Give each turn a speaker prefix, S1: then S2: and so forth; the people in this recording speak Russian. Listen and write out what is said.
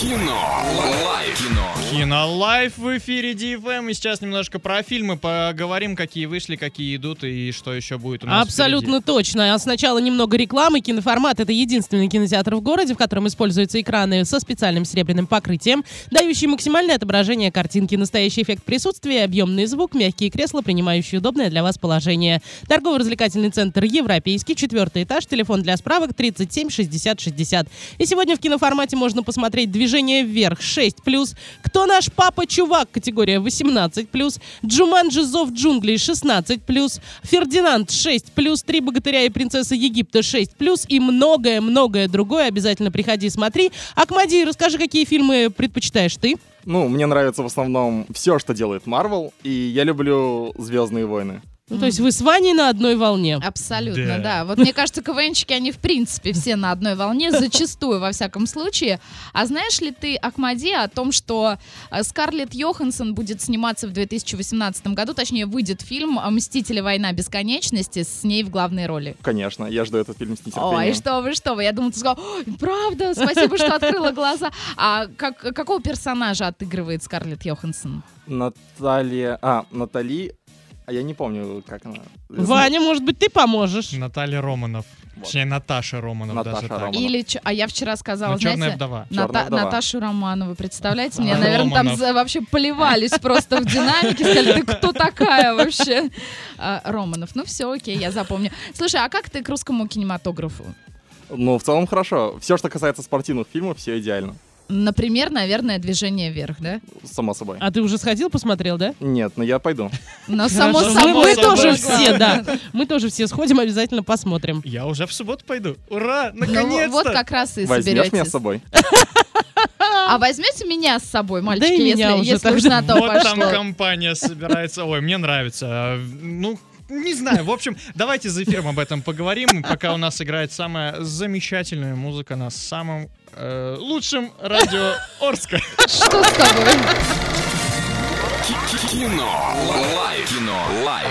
S1: Кино. Лайф. Кино.
S2: Кинолайф в эфире DFM. И сейчас немножко про фильмы поговорим, какие вышли, какие идут и что еще будет у нас
S3: Абсолютно точно. А Сначала немного рекламы. Киноформат — это единственный кинотеатр в городе, в котором используются экраны со специальным серебряным покрытием, дающие максимальное отображение картинки, настоящий эффект присутствия, объемный звук, мягкие кресла, принимающие удобное для вас положение. Торгово-развлекательный центр «Европейский», четвертый этаж, телефон для справок 37 60 60. И сегодня в киноформате можно посмотреть «Движение вверх» 6+, «Кто наш папа-чувак» категория 18+, «Джуманджи зов джунглей» 16+, «Фердинанд» 6+, «Три богатыря и принцесса Египта» 6+, и многое-многое другое. Обязательно приходи и смотри. Акмади, расскажи, какие фильмы предпочитаешь ты?
S4: Ну, мне нравится в основном все, что делает Марвел, и я люблю Звездные войны.
S3: Ну, то есть вы с Ваней на одной волне.
S2: Да.
S5: Абсолютно, да. Вот мне кажется, КВНчики, они в принципе все на одной волне, зачастую, во всяком случае. А знаешь ли ты, Акмади, о том, что э, Скарлетт Йоханссон будет сниматься в 2018 году, точнее, выйдет фильм э, «Мстители. Война бесконечности» с ней в главной роли?
S4: Конечно, я жду этот фильм с нетерпением.
S5: Ой, что вы, что вы. Я думала, ты сказала, «Ой, правда, спасибо, что открыла глаза. А как, какого персонажа отыгрывает Скарлетт Йоханссон?
S4: Наталья... А, Натали... А я не помню, как она...
S3: Ваня, может быть, ты поможешь?
S2: впереди. Наталья Романов.
S4: Вот.
S2: Точнее, Наташа Романов даже
S4: Наташа
S2: так.
S4: Романов.
S5: Или, чё- а я вчера сказала,
S2: Ну,
S5: знаете...
S2: черная вдова.
S4: Чёрная
S5: Ната-
S4: вдова.
S5: Наташу Романову, представляете? Мне,
S2: А,
S5: наверное, там
S2: Романов.
S5: за- вообще поливались просто в динамике, сказали, ты кто такая вообще? А, Романов, ну все, окей, я запомню. Слушай, а как ты к русскому кинематографу?
S4: Ну, в целом хорошо. Все, что касается спортивных фильмов, все идеально.
S5: Например, наверное, «Движение вверх», да?
S4: Само собой.
S3: А ты уже сходил, посмотрел, да?
S4: Нет, но я пойду.
S5: Но само
S3: Хорошо.
S5: собой.
S3: Мы, мы
S2: само
S3: тоже
S2: собой.
S3: все, да. Мы тоже все сходим, обязательно посмотрим.
S2: Я уже в субботу пойду. Ура!
S5: Ну,
S2: Наконец-то!
S5: вот как раз и
S4: Возьмешь меня с
S5: соберетесь.
S4: собой?
S5: А возьмете меня с собой, мальчики,
S3: и
S5: если,
S3: меня уже
S5: если
S3: так
S5: уж
S3: же.
S5: на то
S2: Вот там
S5: пошло.
S2: компания собирается. Ой, мне нравится. А, Ну, не знаю. В общем, давайте за эфиром об этом поговорим, пока у нас играет самая замечательная музыка на самом э, лучшем радио Орска.
S5: Что с тобой?
S1: Кино. Лайф. Кино. Лайф.